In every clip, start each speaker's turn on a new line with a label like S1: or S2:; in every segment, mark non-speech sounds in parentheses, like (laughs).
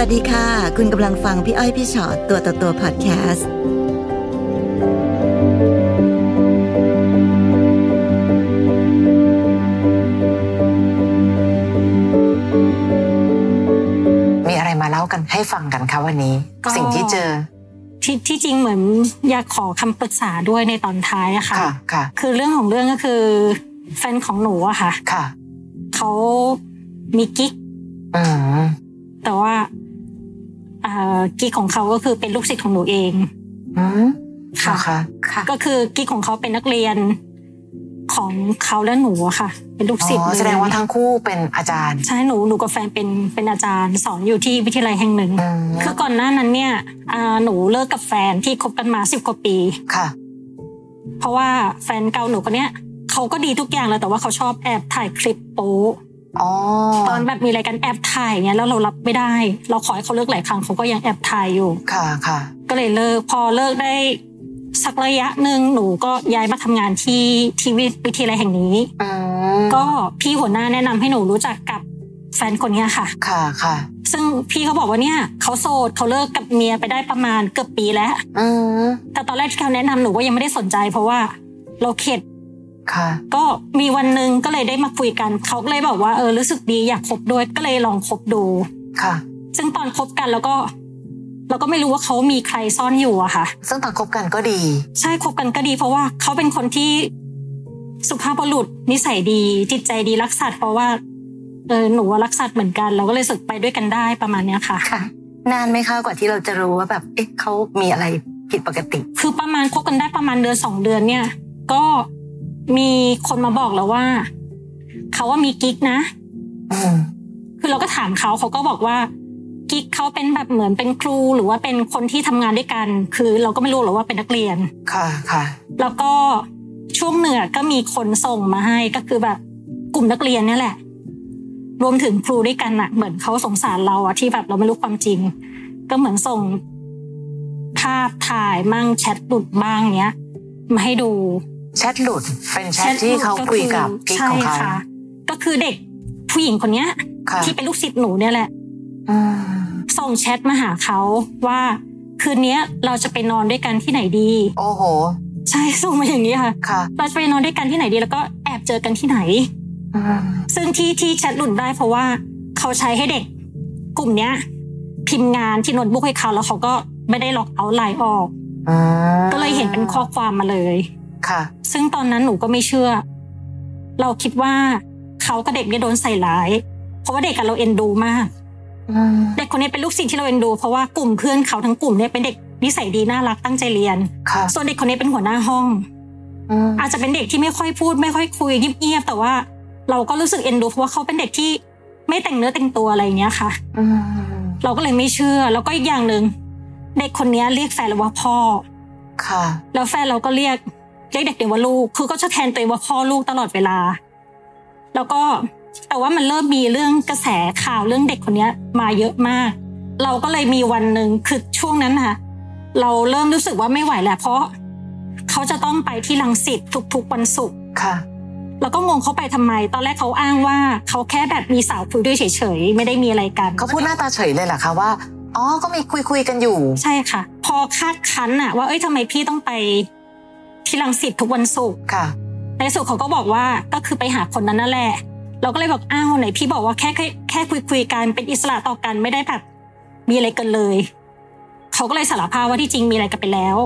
S1: วัสดีค่ะ คุณกำลังฟังพี่อ้อยพี่ชอตตัวต่อตัวพอดแคสต์
S2: มีอะไรมาเล่ากันให้ฟังกันคะวันนี้
S3: ก็
S2: สิ่งที่เจอ
S3: ที่ที่จริงเหมือนอยากขอคำปรึกษาด้วยในตอนท้ายอะค่ะ
S2: ค่ะค่ะ
S3: คือเรื่องของเรื่องก็คือแฟนของหนูอะค่ะ
S2: ค่ะ
S3: เขามีกิ๊ก
S2: อืม
S3: แต่ว่าเอ่อกิ๊กของเขาก็คือเป็นลูกศิษย์ของหนูเอง
S2: อืม
S3: ค่ะ
S2: ค่ะ
S4: ค่ะ
S3: ก็คือกิ๊กของเขาเป็นนักเรียนของเขาและหนูอะค่ะ เป็นลูก
S2: อ๋
S3: ศิษย์
S2: อ
S3: เลย
S2: แสดงว่าทั้งคู่เป็นอาจารย์
S3: ใช่หนูหนูกับแฟนเป็นเป็นอาจารย์ สอนอยู่ที่วิทยาลัยแห่งหนึ่ง
S2: อืม
S3: คือก่อนหน้านั้นเนี่ยอ่าหนูเลิกกับแฟนที่คบกันมาสิบกว่าปี
S2: ค่ะ
S3: เพราะว่าแฟนเก่าหนูคนเนี้ยเขาก็ดีทุกอย่างแล้วแต่ว่าเขาชอบแอบถ่ายคลิปโป๊ะ
S2: อ๋อ
S3: ตอนแบบมีอะไรกันแอบถ่ายเงี้ยแล้วเรารับไม่ได้ เราขอให้เขาเลิกหลายครั้งเขาก็ยังแอบถ่ายอยู่
S2: ค่ะค่ะ
S3: ก็เลยเลิกพอเลิกได้สักระยะหนึ่งหนูก็ย้ายมาทำงานที่ที่วิวิทยาลัยแห่งนี้
S2: อืม
S3: ก็พี่หัวหน้าแนะนำให้หนูรู้จักกับแฟนคนเนี้ยค่ะ
S2: ค่ะค่ะ
S3: ซึ่งพี่เขาบอกว่าเนี่ยเขาโสดเขาเลิกกับเมียไปได้ประมาณเกือบปีแล้ว
S2: อืม
S3: แต่ตอนแรกที่เขาแนะนำหนูก็ยังไม่ได้สนใจ เพราะว่าเราเข็ด
S2: ค่ะ
S3: ก็มีวันหนึ่งก็เลยได้มาคุยกันเขาก็เลยบอกว่าเออรู้สึกดีอยากคบด้วยก็เลยลองคบดู
S2: ค่ะ
S3: ซึ่งตอนคบกันแล้วก็ เราก็ไม่รู้ว่าเขามีใครซ่อนอยู่อะค่ะ
S2: ซึ่งต่างคบกันก็ดี
S3: ใช่คบกันก็ดีเพราะว่าเขาเป็นคนที่สุภาพบุรุษนิสัยดี จิตใจดีรักสัตว์เพราะว่าเออหนูว่ารักสัตว์เหมือนกัน เราก็เลยรู้สึกไปด้วยกันได้ประมาณเนี้ยค่ะ
S4: ค่ะ
S2: นานไหมคะกว่าที่เราจะรู้ว่าแบบเอ๊ะเขามีอะไรผิดปกติ
S3: คือประมาณคบกันได้ประมาณเดือนสองเดือนเนี่ย ก็มีคนมาบอกแล้วว่าเขาว่ามีกิ๊กนะ
S2: อืม
S3: คือเราก็ถามเขาเขาก็บอกว่ากิ๊กเขาเป็นแบบเหมือนเป็นครูหรือว่าเป็นคนที่ทำงานด้วยกัน คือเราก็ไม่รู้หรอกว่าเป็นนักเรียน
S2: ค่ะค่ะ
S3: แล้วก็ช่วงเหนือก็มีคนส่งมาให้ก็คือแบบกลุ่มนักเรียนเนี่ยแหละ รวมถึงครูด้วยกันอะเหมือนเขาสงสารเราอะที่แบบเราไม่รู้ความจริง ก็เหมือนส่ง ภาพถ่ายมั่งแชทหลุดบ้างเนี้ยมาให้ดู
S2: แชทหลุดเป็นแชทที่เขาคุยกับกิ๊ก
S3: ใช่
S2: ของเขา
S3: ค่ะ ก็คือเด็กผู้หญิงคนเนี้ย
S2: ค่ะ
S3: ที่เป็นลูกศิษย์หนูเนี่ยแหละ
S2: อืม
S3: ส่งแชทมาหาเขาว่าคืนเนี้ยเราจะไปนอนด้วยกันที่ไหนดี
S2: โอ้โห
S3: ใช่ส่งมาอย่างนี้ค่ะ
S2: ค่ะ
S3: เราจะไปนอนด้วยกันที่ไหนดี แล้วก็แอบเจอกันที่ไหน
S2: อืม
S3: ซึ่งที่ที่แชทหลุดได้เพราะว่าเขาใช้ให้เด็ก กลุ่มเนี้ย พิมพ์งานที่โน้ตบุ๊กให้เขาแล้วเขาก็ไม่ได้ล็อกเอาท์ไลน์ออก
S2: อืม
S3: ก็เลยเห็นเป็นข้อความมาเลย
S2: ค่ะ
S3: ซึ่งตอนนั้นหนูก็ไม่เชื่อ เราคิดว่าเขากับเด็กเนี่ยโดนใส่ร้าย เพราะว่าเด็กกับเราเอ็นดูมาก
S2: อืม
S3: เด็กคนนี้เป็นลูกศิษย์ที่เราเอ็นดูเพราะว่ากลุ่มเพื่อนเขาทั้งกลุ่มเนี่ยเป็นเด็กนิสัยดีน่ารักตั้งใจเรียน
S2: ค่ะ
S3: ส่วนเด็กคนนี้เป็นหัวหน้าห้อง
S2: อืม
S3: อาจจะเป็นเด็กที่ไม่ค่อยพูด ไม่ค่อยคุยเงียบๆแต่ว่า เราก็รู้สึกเอ็นดูเพราะว่าเขาเป็นเด็กที่ไม่แต่งเนื้อแต่งตัวอะไรอย่างเงี้ยค่ะ
S2: อืม
S3: เราก็เลยไม่เชื่อแล้วก็อีกอย่างหนึ่งเด็กคนนี้เรียกแฟนเราว่าพ่อ
S2: ค่ะ
S3: แล้วแฟนเราก็เรียกเรียกเด็กเดี๋ยวว่าลูก คือก็จะแทนตัวเองว่าพ่อลูกตลอดเวลา แล้วก็แต่ว่ามันเริ่มมีเรื่องกระแสข่าวเรื่องเด็กคนเนี้ย มาเยอะมาก เราก็เลยมีวันหนึ่งคือช่วงนั้นค่ะเราเริ่มรู้สึกว่าไม่ไหวแล้วเพราะเขาจะต้องไปที่ลังสิตทุกๆวันศุกร์
S2: ค่ะ
S3: เราก็งงเขาไปทำไม ตอนแรกเขาอ้างว่าเขาแค่แบบมีสาวคุยด้วยเฉยๆไม่ได้มีอะไรกัน
S2: เขาพูดหน้าตาเฉยเลยเหรอคะว่า อ๋อ ก็มีคุยคุยๆกันอยู่
S3: ใช่ค่ะ พอคาดคั้นอะว่าเอ้ยทำไมพี่ต้องไปที่ลังสิตทุกวันศุกร์
S2: ค่ะ
S3: ในที่สุดเขาก็บอกว่าก็คือไปหาคนนั้นนั่นแหละ เราก็เลยบอกอ้าวไหนพี่บอกว่าแค่แค่แค่คุยคุยกันเป็นอิสระต่อกันไม่ได้แบบมีอะไรกันเลย เขาก็เลยสารภาพว่าที่จริงมีอะไรกันไปแล้ว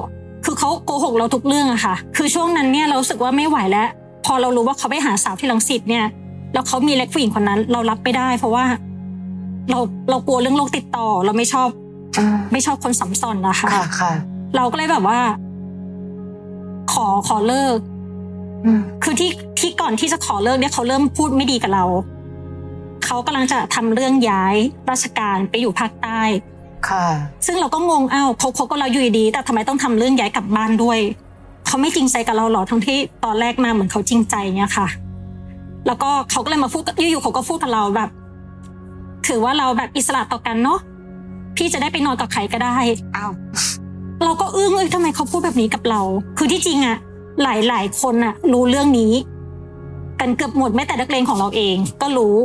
S3: คือเขาโกหกเราทุกเรื่องอะค่ะ คือช่วงนั้นเนี่ยเรารู้สึกว่าไม่ไหวแล้ว พอเรารู้ว่าเขาไปหาสาวที่ลังสิตเนี่ย แล้วเขามีเล็กผู้หญิงคนนั้น เรารับไม่ได้ เพราะว่า เราเรากลัวเรื่องโรคติดต่อ เราไม่ชอบ
S2: อืม
S3: ไม่ชอบคนสัมสอนนะคะ
S2: ค่ะค่ะ
S3: เราก็เลยแบบว่า ขอขอเลิก
S2: อืม
S3: คือที่ที่ก่อนที่จะขอเลิกเนี่ยเขาเริ่มพูดไม่ดีกับเรา เขากำลังจะทำเรื่องย้ายราชการไปอยู่ภาคใต้
S2: ค่ะ
S3: ซึ่งเราก็งงอ้าวเขาเขาก็เราอยู่ดีๆแต่ทำไมต้องทำเรื่องย้ายกลับบ้านด้วย เขาไม่จริงใจกับเราหรอทั้งที่ตอนแรกมาเหมือนเขาจริงใจเนี่ยค่ะ แล้วก็เขาก็เลยมาพูดกับอยู่ๆเขาก็พูดกับเราแบบ ถือว่าเราแบบอิสระต่อกันเนาะพี่จะได้ไปนอนกับใครก็ได้
S2: อ้าว
S3: เราก็อึ้งเอ้ยทำไมเขาพูดแบบนี้กับเรา คือที่จริงอะหลายหลายๆคนอะรู้เรื่องนี้ กันเกือบหมดแม้แต่นักเลงของเราเอง ก็รู้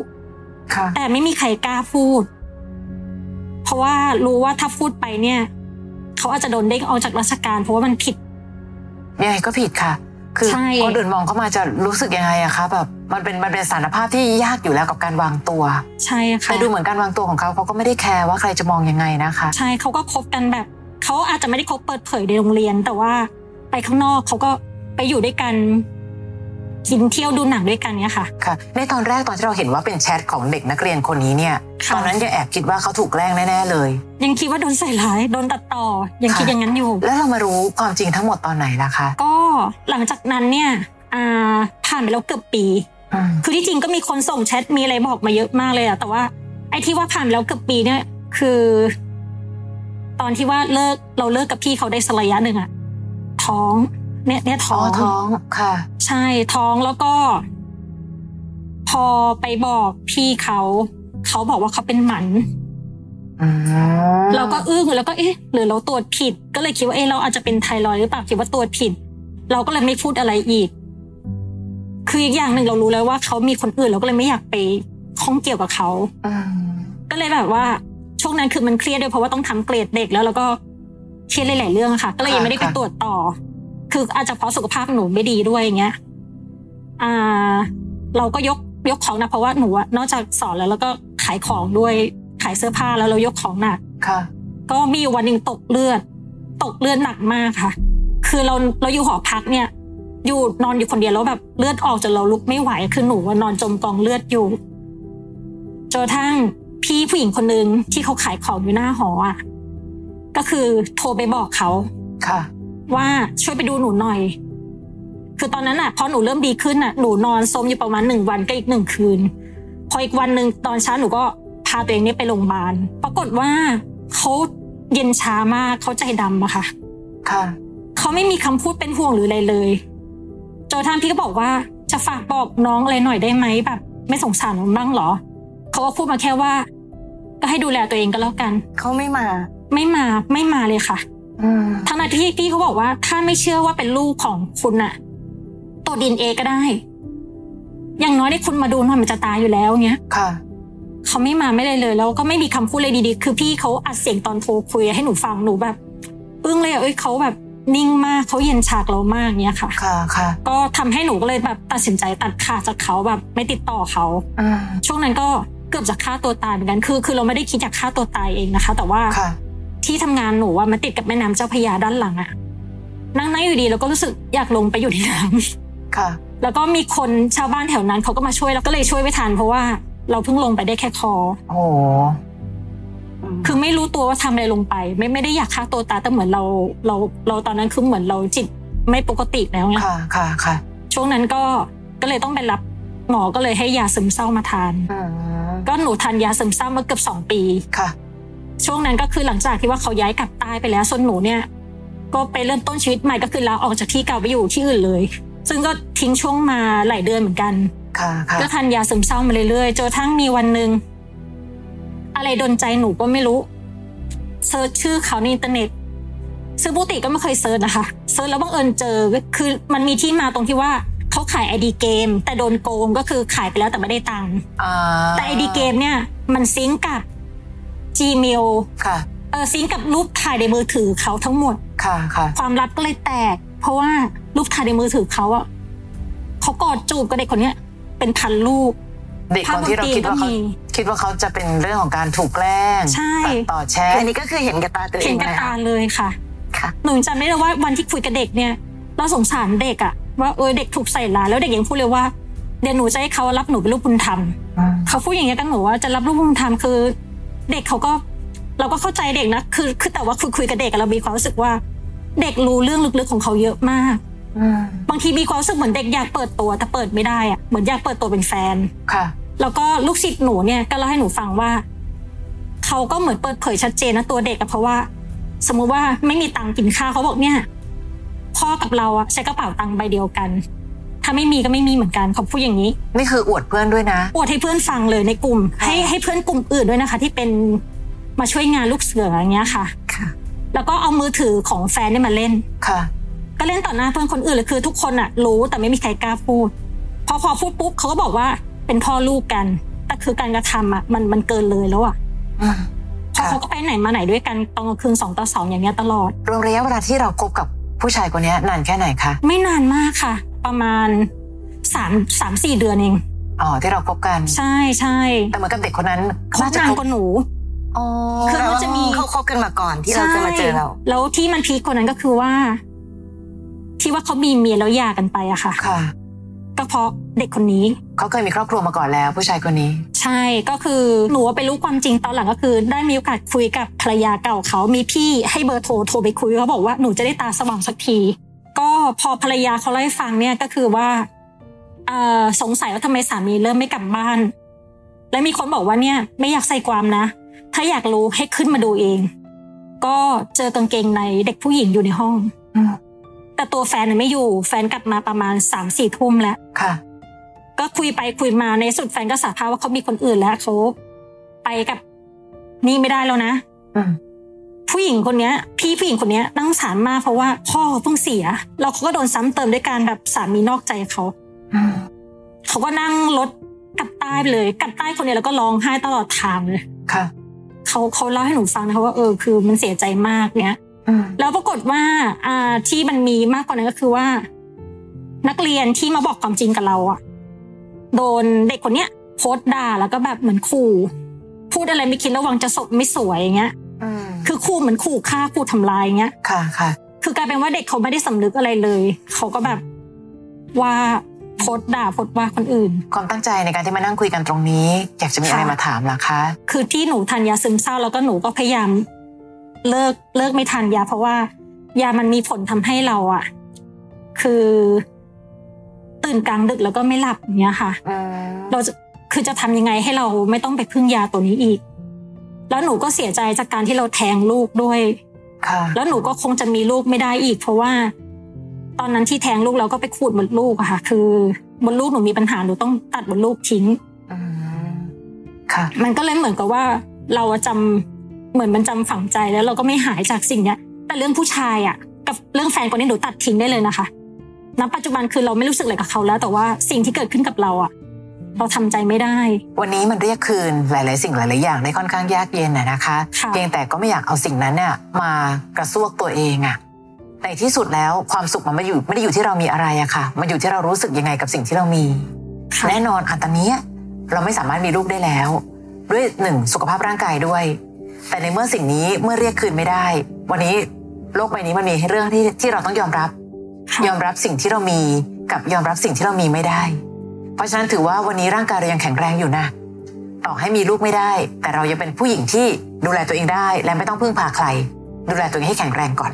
S2: ค่ะ
S3: แต่ไม่มีใครกล้าพูด เพราะ ะว่ารู้ว่าถ้าพูดไปเนี่ย เขาอาจจะโดนเด้งออกจากราชการเพราะว่ามันผิด
S4: ยังไงก็ผิดค่ะ คือ
S3: ใช่
S4: คนอื่นมองเข้ามาจะรู้สึกยังไงอะคะแบบมันเป็นมันเป็นสารภาพที่ยากอยู่แล้วกับการวางตัว
S3: ใช่ค่ะ
S4: แต่ดูเหมือนการวางตัวของเขาเขาก็ไม่ได้แคร์ว่าใครจะมองยังไงนะคะ
S3: ใช่เขาก็คบกันแบบเขาอาจจะไม่ได้คบเปิดเผยในโรงเรียน แต่ว่าไปข้างนอกเขาก็ไปอยู่ด้วยกันกินเที่ยวดูหนังด้วยกันเนี่ยค่ะ
S4: ค่ะ ในตอนแรกตอนที่เราเห็นว่าเป็นแชทของเด็กนักเรียนคนนี้เนี่ย
S3: ค่ะ
S4: ตอนนั้นยังแอบคิดว่าเขาถูกแกล้งแน่ๆเลย
S3: ยังคิดว่าโดนใส่ร้ายโดนตัดต่อ ยังคิด
S4: ค่ะ
S3: อย่างนั้นอยู่
S4: แล้วเรามารู้ความจริงทั้งหมดตอนไหนล่ะคะ
S3: ก็หลังจากนั้นเนี่ยอ่าผ่านไปแล้วเกือบปี
S4: อืม
S3: คือที่จริงก็มีคนส่งแชทมีอะไรบอกมาเยอะมากเลยอะแต่ว่าไอ้ที่ว่าผ่านไปแล้วเกือบปีเนี่ย คือ ตอนที่ว่าเลิกเราเลิกกับพี่เขาได้สักระยะหนึ่งอะท้องเนี่ยเนี่ย
S4: อ๋
S3: ท้
S4: อ
S3: อง
S4: ท้องค่ะ
S3: ใช่ท้องแล้วก็ พอไปบอกพี่เขาเขาบอกว่าเขาเป็นหมัน
S4: อืม
S3: เราก็อึ้งแล้วก็เอ๊ะหรือเราตรวจผิด ก็เลยคิดว่าเอ๊ะเราอาจจะเป็นไทรอยด์หรือเปล่าคิดว่าตรวจผิด เราก็เลยไม่พูดอะไรอีก คืออีกอย่างหนึ่งเรารู้แล้วว่าเขามีคนอื่นเราก็เลยไม่อยากไปข้องเกี่ยวกับเขา
S4: อืม
S3: ก็เลยแบบว่าช่วงนั้นคือมันเครียดด้วยเพราะว่าต้องทำเกรดเด็กแล้วเราก็เครียดหลายๆเรื่องอะค่ะ ก็เลยยังไม่ได้ไปตรวจต่อ คืออาจจะเพราะสุขภาพหนูไม่ดีด้วยอย่างเงี้ย อ่า เราก็ยกยกของหนะเพราะว่าหนูอะนอกจากสอนแล้วแล้วก็ขายของด้วยขายเสื้อผ้าแล้วเรายกของหนัก
S4: ค่ะ
S3: ก็มีอยู่วันหนึ่งตกเลือด ตกเลือดหนักมากค่ะ คือเราเราอยู่หอพักเนี่ย อยู่นอนอยู่คนเดียวแล้วแบบเลือดออกจนเราลุกไม่ไหวคือหนูว่านอนจมกองเลือดอยู่จนกระทั่งพี่ผู้หญิงคนหนึ่งที่เขาขายของอยู่หน้าหออ่ะก็คือโทรไปบอกเขา
S4: ค่ะ
S3: ว่าช่วยไปดูหนูหน่อย คือตอนนั้นอ่ะพอหนูเริ่มดีขึ้นอ่ะหนูนอนซมอยู่ประมาณหนึ่งวันก็อีกหนึ่งคืน พออีกวันหนึ่งตอนเช้าหนูก็พาตัวเองเนี่ยไปโรงพยาบาล ปรากฏว่าเขาเย็นช้ามากเขาใจดำอะค่ะ
S4: ค่ะ
S3: เขาไม่มีคำพูดเป็นห่วงหรืออะไรเลยจนท่านพี่ก็บอกว่าจะฝากบอกน้องอะไรหน่อยได้ไหมแบบ ไม่สงสารมันบ้างเหรอ เขาก็พูดมาแค่ว่า ก็ให้ดูแลตัวเองก็แล้วกัน
S2: เขาไม่มา
S3: ไม่มาไม่มาเลยค่ะ
S4: อืม
S3: ทั้งนั้นที่พี่เขาบอกว่าถ้าไม่เชื่อว่าเป็นลูกของคุณน่ะตรวจดีเอก็ได้ อย่างน้อยได้คุณมาดูหน่อยมันจะตายอยู่แล้วเงี้ย
S4: ค่ะ
S3: เขาไม่มาไม่เลยเลย แล้วก็ไม่มีคำพูดเลยดีๆ คือพี่เขาอัดเสียงตอนโทรคุยให้หนูฟังหนูแบบอึ้งเลยอ่ะเอ้ยเขาแบบนิ่งมากเขาเย็นฉากเรามากเนี้ยค่ะ
S4: ค่ะค่ะ
S3: ก็ทำให้หนูก็เลยแบบตัดสินใจตัดขาดจากเขาแบบไม่ติดต่อเขา
S4: อืม
S3: ช่วงนั้นก็เกือบจะฆ่าตัวตายเหมือนกันคือ คือเราไม่ได้คิดอยากฆ่าตัวตายเองนะคะ แต่ว่า
S4: ค่ะ
S3: ที่ทำงานหนูว่ามันติดกับแม่น้ำเจ้าพระยาด้านหลังอะนั่งนั่งอยู่ดีแล้วก็รู้สึกอยากลงไปอยู่ในน้
S4: ค่ะ
S3: ำ (laughs) แล้วก็มีคนชาวบ้านแถวนั้นเขาก็มาช่วยแล้วก็เลยช่วยไม่ทันเพราะว่าเราเพิ่งลงไปได้แค่คอ
S4: โอ้โห
S3: คือไม่รู้ตัวว่าทำอะไรลงไป ไม่ไม่ได้อยากฆ่าตัวตายแต่เหมือนเราเราเราตอนนั้นคือเหมือนเราจิตไม่ปกติแล้วไง
S4: ค่ะ ค่ะ ค่ะ
S3: ช่วงนั้นก็ก็เลยต้องไปรับหมอก็เลยให้ยาซึมเศร้ามาทาน
S4: อืม
S3: ก็หนูทานยาซึมเศร้ามาเกือบสองปี
S4: ค่ะ
S3: ช่วงนั้นก็คือหลังจากที่ว่าเขาย้ายกลับใต้ไปแล้วส่วนหนูเนี่ย ก็ไปเริ่มต้นชีวิตใหม่ก็คือลาออกจากที่เก่าไปอยู่ที่อื่นเลย ซึ่งก็ทิ้งช่วงมาหลายเดือนเหมือนกัน
S4: ค่ะ ค่ะ
S3: ก็ทานยาซึมเศร้ามาเรื่อยๆจนกระทั่งมีวันหนึ่งอะไรดนใจหนูก็ไม่รู้เซิร์ชชื่อเขาในอินเทอร์เน็ตซึ่งปกติก็ไม่เคยเซิร์ชนะคะเซิร์ชแล้วบังเอิญเจอคือมันมีที่มาตรงที่ว่าเขาขายไอดีเกม แต่โดนโกงก็คือขายไปแล้วแต่ไม่ได้ตังค์
S4: อ่า
S3: แต่ไอดีเกมเนี่ย มันซิงก์กับ Gmail
S4: ค่ะ
S3: เออซิงก์กับรูปถ่ายในมือถือเขาทั้งหมด
S4: ค่ะ ค่ะ
S3: ความลับก็เลยแตก เพราะว่ารูปถ่ายในมือถือเขาอะเขากอดจูบกับเด็กคนเนี้ย เป็นพันรูป
S4: เด็กคนที่เราคิดว่าเขาคิดว่าเขาจะเป็นเรื่องของการถูกแกล้ง
S3: ใช่
S4: ตัดต่อแช
S2: อั
S4: ท
S2: นนี้ก็คือเห็นกับตาตัวเอ
S3: เห็น
S2: ง
S3: กับ
S2: เลย
S3: ตา
S2: ค่ะ
S3: เลยค่ะ
S2: ค่ะ
S3: หนูจำได้เลยว่าวันที่คุยกับเด็กเนี่ย เราสงสารเด็กอะว่าเออเด็กถูกใส่ร้ายแล้วเด็กยังพูดเลยว่าเดี๋ยวหนูจะให้เขารับหนูเป็นลูกบุญธรรม
S4: อืม
S3: เขาพูดอย่างเงี้ยกันหนูว่าจะรับลูกบุญธรรมคือ เด็กเขาก็เราก็เข้าใจเด็กนะคือคือแต่ว่าคุยคุยกับเด็กอะเรามีความรู้สึกว่า เด็กรู้เรื่องลึกๆของเขาเยอะมาก
S4: อืม
S3: บางทีมีความรู้สึกเหมือนเด็กอยากเปิดตัวแต่เปิดไม่ได้อะเหมือนอยากเปิดตัวเป็นแฟน
S4: ค่ะ
S3: แล้วก็ลูกศิษย์หนูเนี่ยก็เล่าให้หนูฟังว่าเขาก็เหมือนเปิดเผยชัดเจนนะตัวเด็กอะเพราะว่า สมมุติว่าไม่มีตังค์กินข้าวเขาบอกเนี่ย พ่อกับเราอะใช้กระเป๋าตังค์ใบเดียวกัน ถ้าไม่มีก็ไม่มีเหมือนกันเขาพูดอย่างนี้
S4: นี่คืออวดเพื่อนด้วยนะ
S3: อวดให้เพื่อนฟังเลยในกลุ่ม ให้ให้เพื่อนกลุ่มอื่นด้วยนะคะ ที่เป็นมาช่วยงานลูกเสืออย่างเงี้ยค่ะ
S2: ค่ะ
S3: แล้วก็เอามือถือของแฟนเนี่ยมาเล่น
S4: ค่ะ
S3: ก็เล่นต่อหน้าเพื่อนคนอื่นเลยคือทุกคนอะรู้แต่ไม่มีใครกล้าพูด พอพอพูดปุ๊บเขาก็บอกว่าเป็นพ่อลูกกัน แต่คือการกระทำอะมันมันเกินเลยแล้วอะ
S4: อืม
S3: เพราะเขาก็ไปไหนมาไหนด้วยกันตอนกลางคืนสองต่อสองอย่างเงี้ยตลอด
S4: รวมระยะเวลาที่เราคบกับผู้ชายคนเนี้ยนานแค่ไหนคะ
S3: ไม่นานมากค่ะ ประมาณสามสามสี่เดือนเอง
S4: อ๋อที่เราคบกัน
S3: ใช่ใช่
S4: แต่เหมือนกับเด็กคนนั้น
S3: คบนานกว่าหนู
S4: อ๋อ
S3: คือมันจะมี
S2: เขาคบกันมาก่อนที่เราจะมาเจอเรา
S3: ใช่แล้วที่มันพีคกว่านั้นก็คือว่า ที่ว่าเขามีเมียแล้วหย่ากันไปอะค่ะ
S4: ค่ะ
S3: ก็เพราะเด็กคนนี้
S4: เขาเคยมีครอบครัวมาก่อนแล้ว ผู้ชายคนนี้
S3: ใช่ก็คือหนูว่าไปรู้ความจริงตอนหลังก็คือ ได้มีโอกาสคุยกับภรรยาเก่าเขามีพี่ให้เบอร์โทรโทรไปคุยเขาบอกว่าหนูจะได้ตาสว่างสักที ก็พอภรรยาเขาเล่าให้ฟังเนี่ยก็คือว่าเอ่อสงสัยว่าทำไมสามีเริ่มไม่กลับบ้าน และมีคนบอกว่าเนี่ยไม่อยากใส่ความนะ ถ้าอยากรู้ให้ขึ้นมาดูเอง ก็เจอกางเกงในเด็กผู้หญิงอยู่ในห้อง
S4: อืม
S3: แต่ตัวแฟนน่ะไม่อยู่ แฟนกลับมาประมาณสามสี่ทุ่มแล้ว
S4: ค่ะ
S3: ก็คุยไปคุยมาในสุดแฟนก็สารภาพว่าเขามีคนอื่นแล้วเขาไปกับนี่ไม่ได้แล้วนะ
S4: อืม
S3: ผู้หญิงคนเนี้ย พี่ผู้หญิงคนเนี้ยน่าสงสารมากเพราะว่าพ่อเขาเพิ่งเสียแล้วเขาก็โดนซ้ำเติมด้วยการแบบสามีนอกใจเขา
S4: อืม
S3: เขาก็นั่งรถกลับใต้ไปเลย กลับใต้คนเนี้ยแล้วก็ร้องไห้ตลอดทางเลย
S4: ค่ะ
S3: เขาเขาเล่าให้หนูฟังนะคะว่าเออคือมันเสียใจมากเนี้ย
S4: อืม
S3: แล้วปรากฏว่าอ่าที่มันมีมากกว่านั้นก็คือว่า นักเรียนที่มาบอกความจริงกับเราอะโดนเด็กคนเนี้ยโพสต์ด่าแล้วก็แบบเหมือนขู่พูดอะไรไม่คิดระวังจะศพไม่สวยอย่างเงี้ย
S4: อืม
S3: คือขู่เหมือนขู่ฆ่าขู่ทำลายอย่างเงี้ย
S4: ค่ะค่ะ
S3: คือกลายเป็นว่าเด็กเขาไม่ได้สำนึกอะไรเลย เขาก็แบบว่าโพสต์ด่าโพสต์ว่าคนอื่น
S4: ความตั้งใจในการที่มานั่งคุยกันตรงนี้ อยากจะมีอะไร
S3: ค่ะ
S4: มาถามล่ะคะ
S3: คือที่หนูทานยาซึมเศร้าแล้วก็หนูก็พยายามเลิกเลิกไม่ทานยา เพราะว่า ยามันมีผลทำให้เราอะคือ ตื่นกลางดึกแล้วก็ไม่หลับอย่างเนี้ยค่ะ
S4: อืม
S3: เราจะคือจะทำยังไงให้เราไม่ต้องไปพึ่งยาตัวนี้อีก แล้วหนูก็เสียใจจากการที่เราแทงลูกด้วย
S4: ค่ะ
S3: แล้วหนูก็คงจะมีลูกไม่ได้อีก เพราะว่า ตอนนั้นที่แทงลูกเราก็ไปขูดหมดลูกอะค่ะ คือหมดลูกหนูมีปัญหาหนูต้องตัดหมดลูกทิ้ง
S4: อืมค่ะ
S3: มันก็เลยเหมือนกับว่าเราอะจำเหมือนมันจำฝังใจแล้วเราก็ไม่หายจากสิ่งเนี้ย แต่เรื่องผู้ชายอ่ะ กับเรื่องแฟนคนนี้หนูตัดทิ้งได้เลยนะคะณปัจจุบันคือเราไม่รู้สึกอะไรกับเขาแล้ว แต่ว่าสิ่งที่เกิดขึ้นกับเราอ่ะ เราทำใจไม่ได้
S4: วันนี้มันเรียกคืนหลาย ๆ สิ่งหลาย ๆ อย่างได้ค่อนข้างยากเย็นนะนะคะ
S3: ค่ะ
S4: เพียงแต่ก็ไม่อยากเอาสิ่งนั้นเนี่ยมากระซวกตัวเองอะในที่สุดแล้วความสุขมันไม่อยู่ไม่ได้อยู่ที่เรามีอะไรอะค่ะ มันอยู่ที่เรารู้สึกยังไงกับสิ่งที่เรามี
S3: ค่ะ
S4: แน่นอนอันตอนเนี้ยเราไม่สามารถมีลูกได้แล้ว ด้วยหนึ่งสุขภาพร่างกายด้วย แต่ในเมื่อสิ่งนี้เมื่อเรียกคืนไม่ได้ วันนี้โลกใบนี้มันมีเรื่องที่ที่เราต้องยอมรับ
S3: ค่ะ
S4: ยอมรับสิ่งที่เรามีกับยอมรับสิ่งที่เรามีไม่ได้ เพราะฉะนั้นถือว่าวันนี้ร่างกายเรายังแข็งแรงอยู่นะ ต่อให้มีลูกไม่ได้ แต่เรายังเป็นผู้หญิงที่ดูแลตัวเองได้ และไม่ต้องพึ่งพาใคร ดูแลตัวเองให้แข็งแรงก่อน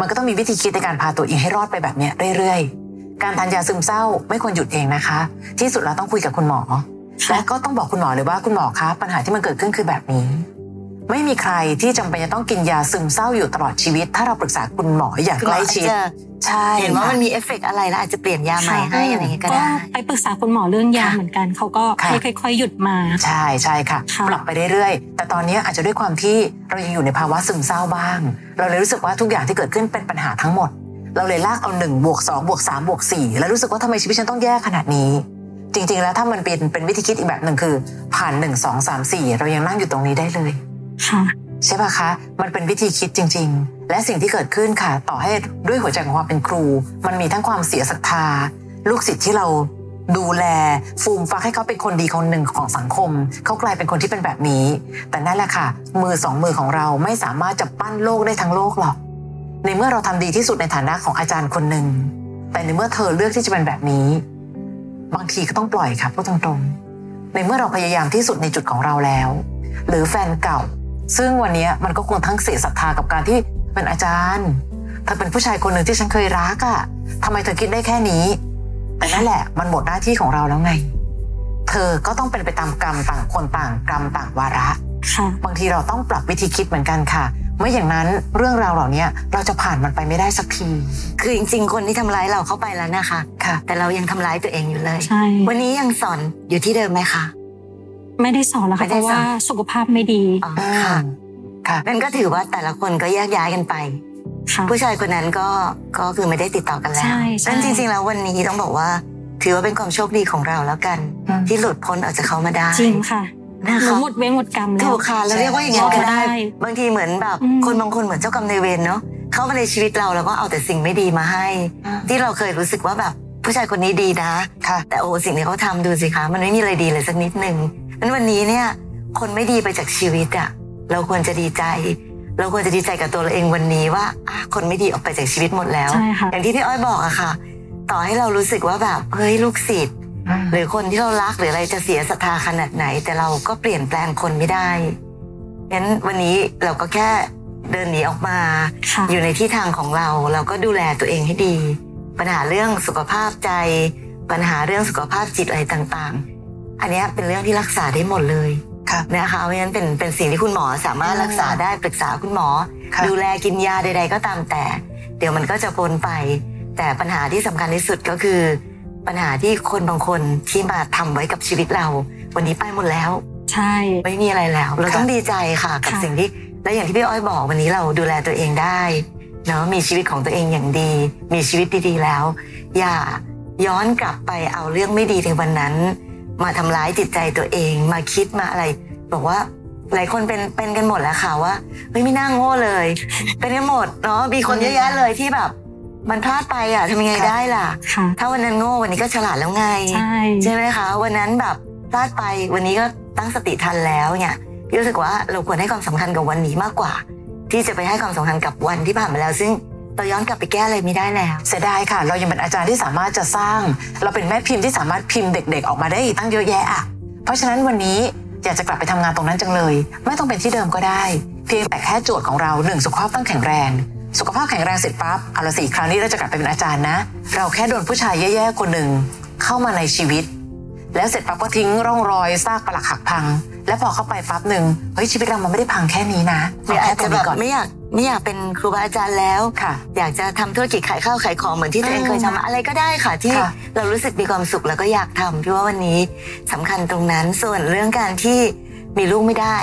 S4: มันก็ต้องมีวิธีคิดในการพาตัวเองให้รอดไปแบบเนี้ยเรื่อยๆ การทานยาซึมเศร้าไม่ควรหยุดเองนะคะ ที่สุดเราต้องคุยกับคุณหมอ และก็ต้องบอกคุณหมอเลยว่าคุณหมอคะปัญหาที่มันเกิดขึ้นคือแบบนี้ ไม่มีใครที่จำเป็นจะต้องกินยาซึมเศร้าอยู่ตลอดชีวิต ถ้าเราปรึกษาคุณหมออย่าง
S2: คือ
S4: ใก
S2: เรา
S4: ล้
S2: อาจ
S4: ชิด
S2: จะ
S4: ใช่
S2: เห็นว่า
S4: ค่ะ
S2: มันมีเอฟเฟกต์อะไรแล้วอาจจะเปลี่ยนยาใหม่ให้อะไรอย่างเงี้ยก็
S3: ก็
S2: ได้
S3: ไปปรึกษาคุณหมอเรื่องยา
S4: ค่ะ
S3: เหมือนกันเขาก็
S4: ค่ะ
S3: ให้ค่อย ๆ หยุดมา
S4: ใช่ใช่ค่ะ
S3: ค่ะ
S4: ปรับไปเรื่อยๆ แต่ตอนนี้อาจจะด้วยความที่เรายังอยู่ในภาวะซึมเศร้าบ้าง เราเลยรู้สึกว่าทุกอย่างที่เกิดขึ้นเป็นปัญหาทั้งหมด เราเลยลากเอา1บวก2บวก3บวก4แล้วรู้สึกว่าทำไมชีวิตฉันต้องแย่ขนาดนี้ จริงๆแล้วถ้ามันเป็นเป็นวิธีคิดอีกแบบหนึ่งคือ ผ่าน 1 2 3 4 เรายังนั่งอยู่ตรงนี้ได้เลย
S3: ค่ะ
S4: ใช่ปะคะ มันเป็นวิธีคิดจริง ๆ และสิ่งที่เกิดขึ้นค่ะ ต่อให้ด้วยหัวใจของความเป็นครู มันมีทั้งความเสียศรัทธา ลูกศิษย์ที่เราดูแลฟูมฟักให้เขาเป็นคนดีคนหนึ่งของสังคม เขากลายเป็นคนที่เป็นแบบนี้ แต่นั่นแหละค่ะ มือสองมือของเราไม่สามารถจะปั้นโลกได้ทั้งโลกหรอก ในเมื่อเราทำดีที่สุดในฐานะของอาจารย์คนหนึ่ง แต่ในเมื่อเธอเลือกที่จะเป็นแบบนี้ บางทีก็ต้องปล่อยค่ะพูดตรงๆ ในเมื่อเราพยายามที่สุดในจุดของเราแล้ว หรือแฟนเก่า ซึ่งวันเนี้ยมันก็คงทั้งเสียศรัทธากับการที่เป็นอาจารย์เธอเป็นผู้ชายคนหนึ่งที่ฉันเคยรักอะ่ะทำไมเธอคิดได้แค่นี้ แต่นั่นแหละมันหมดหน้าที่ของเราแล้วไง เธอก็ต้องเป็นไปตามกรรมต่างคนต่างกรรมต่างวาระ
S3: ค่ะ
S4: บางทีเราต้องปรับวิธีคิดเหมือนกันค่ะ ไม่อย่างนั้นเรื่องราวเหล่าเนี้ยเราจะผ่านมันไปไม่ได้สักที
S2: คือจริง ๆ คนที่ทำร้ายเราเข้าไปแล้วนะคะ
S4: ค่ะ
S2: แต่เรายังทำร้ายตัวเองอยู่เลย
S3: ใช่
S2: วันนี้ยังสอนอยู่ที่เดิมไหมคะ
S3: ไม่ได้สอนแล้ว
S2: ไม่
S3: ค่ะ
S2: ได้สอน
S3: เพราะว่าสุขภาพไม่ดี
S2: อ๋อ
S4: อ่า
S2: ค่ะ
S4: ค่ะ
S2: นั่นก็ถือว่าแต่ละคนก็แยกย้ายกันไป
S3: ค่ะ
S2: ผู้ชายคนนั้นก็ก็คือไม่ได้ติดต่อกันแล้
S3: ใช่
S2: ว
S3: ใช่
S2: นั่นจริง ๆ แล้ววันนี้ต้องบอกว่า ถือว่าเป็นความโชคดีของเราแล้วกัน
S4: อืม
S2: ที่หลุดพ้นออกจากเขามาได้
S3: จริงค่ะ
S2: นะ
S3: หนู
S2: คะ
S3: หมดเวรหมดกรรมแล้ว
S2: ถูกค่ะเราเรียกว่าอย่างนี้นก็ได้
S3: ได้
S2: บางทีเหมือนแบบ
S3: อืม
S2: คนบางคนเหมือนเจ้ากรรมนายเวรเนาะเข้ามาในชีวิตเราแล้วก็เอาแต่สิ่งไม่ดีมาให้ ที่เราเคยรู้สึกว่าแบบผู้ชายคนนี้ดีนะ
S4: ค่ะ
S2: แต่โอ้สิ่งที่เขาทำดูสิคะมันไม่มีอะไรดีเลยสักนิดหนึ่งนั้นวันนี้เนี่ย คนไม่ดีไปจากชีวิตอะเราควรจะดีใจ เราควรจะดีใจกับตัวเราเองวันนี้ว่าอ่ะคนไม่ดีออกไปจากชีวิตหมดแล้ว
S3: ใช่ค่ะ
S2: อย่างที่พี่อ้อยบอกอะค่ะ ต่อให้เรารู้สึกว่าแบบเฮ้ยลูกศิษย์หรือคนที่เรารักหรืออะไรจะเสียศรัทธาขนาดไหน แต่เราก็เปลี่ยนแปลงคนไม่ได้งั้นวันนี้เราก็แค่เดินหนีออกมา
S3: ค่ะ
S2: อยู่ในที่ทางของเราเราก็ดูแลตัวเองให้ดี ปัญหาเรื่องสุขภาพใจ ปัญหาเรื่องสุขภาพจิตอะไรต่างๆ อันเนี้ยเป็นเรื่องที่รักษาได้หมดเลย
S4: ค่ะ
S2: นะคะเพราะฉะนั้นเป็นเป็นสิ่งที่คุณหมอสามารถรักษาได้ปรึกษาคุณหมอ
S4: ค่ะ
S2: ดูแลกินยาใด ๆ ก็ตามแต่ เดี๋ยวมันก็จะพ้นไป แต่ปัญหาที่สำคัญที่สุดก็คือ ปัญหาที่คนบางคนที่มาทำไว้กับชีวิตเรา วันนี้ไปหมดแล้ว
S3: ใช่
S2: ไม่มีอะไรแล้ว เรา
S4: ค่ะ
S2: ต้องดีใจค่ะกับ
S3: ค่ะ
S2: สิ่งที่และอย่างที่พี่อ้อยบอกวันนี้เราดูแลตัวเองได้เนาะมีชีวิตของตัวเองอย่างดี มีชีวิตดีๆแล้ว อย่าย้อนกลับไปเอาเรื่องไม่ดีในวันนั้น มาทำร้ายจิตใจตัวเอง มาคิดมาอะไร บอกว่าหลายคนเป็นเป็นกันหมดแล้วค่ะว่าเฮ้ยไม่น่าโง่เลย เป็นกันหมดเนาะมีคนเยอะแยะเลยที่แบบ มันพลาดไปอ่ะทำยังไงได้ล่ะ
S3: ค่ะ
S2: ถ้าวันนั้นโง่วันนี้ก็ฉลาดแล้วไง
S3: ใช่
S2: ใช่ไหมคะวันนั้นแบบพลาดไปวันนี้ก็ตั้งสติทันแล้วเนี่ยพี่รู้สึกว่าเราควรให้ความสำคัญกับวันนี้มากกว่า ที่จะไปให้ความสำคัญกับวันที่ผ่านมาแล้ว ซึ่งเราย้อนกลับไปแก้อะไรไม่ได้แล้ว
S4: เสียดายค่ะ เรายังเป็นอาจารย์ที่สามารถจะสร้าง เราเป็นแม่พิมพ์ที่สามารถพิมพ์เด็ก ๆ ออกมาได้อีกตั้งเยอะแยะอะเพราะฉะนั้นวันนี้อยากจะกลับไปทำงานตรงนั้นจังเลย ไม่ต้องเป็นที่เดิมก็ได้ เพียงแต่แค่โจทย์ของเราหนึ่งสุขภาพต้องแข็งแรง สุขภาพแข็งแรงเสร็จปั๊บเอาละสิคราวนี้เราจะกลับไปเป็นอาจารย์นะ เราแค่โดนผู้ชายแย่ๆคนหนึ่งเข้ามาในชีวิต แล้วเสร็จปั๊บก็ทิ้งร่องรอยซากปลักหักพัง และพอเข้าไปปั๊บหนึ่งเฮ้ยชีวิตเรามันไม่ได้พังแค่นี้นะ
S2: หรือ
S4: เอา
S2: อาจ
S4: แค่ตร
S2: จะ
S4: ง
S2: แบ
S4: นี้
S2: บ
S4: ก่อน
S2: ไม่อยากไม่อยากเป็นครูบาอาจารย์แล้ว
S4: ค่ะ
S2: อยากจะทำธุรกิจขายข้าวขายของเหมือนที่ตัวเอง
S4: อืม
S2: เคยทำอะไรก็ได้ค่ะ ที่
S4: ค่ะ
S2: เรารู้สึกมีความสุขแล้วก็อยากทำพี่ว่าวันนี้สำคัญตรงนั้น ส่วนเรื่องการที่มีลูกไม่ได้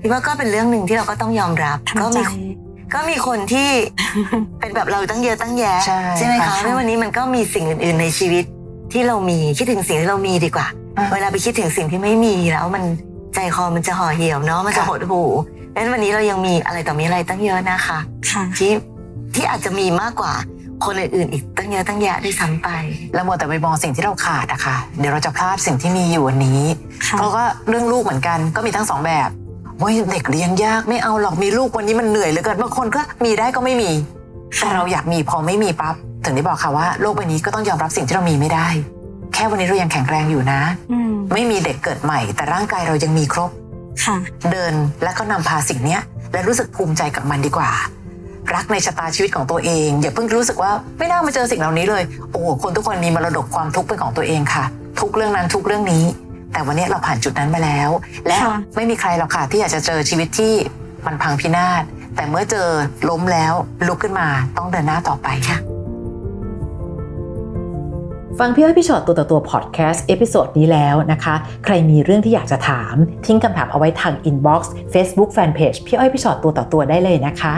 S2: พี่ว่าก็เป็นเรื่องหนึ่งที่เราก็ต้องยอมรับ
S3: ทำใจ
S2: ก็มี ก็มีคนที่
S4: (laughs)
S2: เป็นแบบเราตั้งเยอะตั้งแยะ
S4: ใช่
S2: ไหมคะ
S4: ค่ะ
S2: ไม่วันนี้มันก็มีสิ่งอื่น ๆ ในชีวิตที่เรามีคิดถึงสิ่งที่เรามีดีกว่า
S4: อ่า
S2: เวลาไปคิดถึงสิ่งที่ไม่มีแล้วมันใจคอมันจะห่อเหี่ยวเนาะมันจะ
S4: ค่ะ
S2: หดหู่ดังนั้นวันนี้เรายังมีอะไรต่อมีอะไรตั้งเยอะนะคะ
S3: ค่ะ
S2: ที่ที่อาจจะมีมากกว่าคนอื่นๆอีกตั้งเยอะตั้งแยะด้วยซ้ำไป
S4: แล้วมัวแต่ไปมองสิ่งที่เราขาดอะค่ะ เดี๋ยวเราจะพลาดสิ่งที่มีอยู่วันนี้
S3: ค่ะ
S4: เพราะว่าเรื่องลูกเหมือนกันก็มีทั้งสองแบบว่าเด็กเลี้ยงยากไม่เอาหรอกมีลูกวันนี้มันเหนื่อยเหลือเกินบางคนก็มีได้ก็ไม่มี แต่เราอยากมีพอไม่มีปั๊บถึงได้บอกค่ะว่าโลกใบนี้ก็ต้องยอมรับสิ่งที่เรามีไม่ได้ แค่วันนี้เรายังแข็งแรงอยู่นะ
S3: อืม
S4: ไม่มีเด็กเกิดใหม่ แต่ร่างกายเรายังมีครบ
S3: ค่ะ
S4: เดินและก็นำพาสิ่งเนี้ย และรู้สึกภูมิใจกับมันดีกว่า รักในชะตาชีวิตของตัวเอง อย่าเพิ่งรู้สึกว่าไม่น่ามาเจอสิ่งเหล่านี้เลย โอ้โหคนทุกคนมีมรดกความทุกข์เป็นของตัวเองค่ะ ทุกเรื่องนั้นทุกเรื่องนี้ แต่วันนี้เราผ่านจุดนั้นมาแล้ว และ
S3: ค่ะ
S4: ไม่มีใครหรอกค่ะที่อยากจะเจอชีวิตที่มันพังพินาศแต่เมื่อเจอล้มแล้วลุกขึ้นมาต้องเดินหน้าต่อไปค่ะ
S5: ฟังพี่อ้อยพี่ชอตตัวต่อตัวพอดแคสต์เอพิโซดนี้แล้วนะคะ ใครมีเรื่องที่อยากจะถาม ทิ้งคำถามเอาไว้ทางอินบ็อกซ์เฟซบุ๊กแฟนเพจพี่อ้อยพี่ชอตตัวต่อตัวได้เลยนะคะ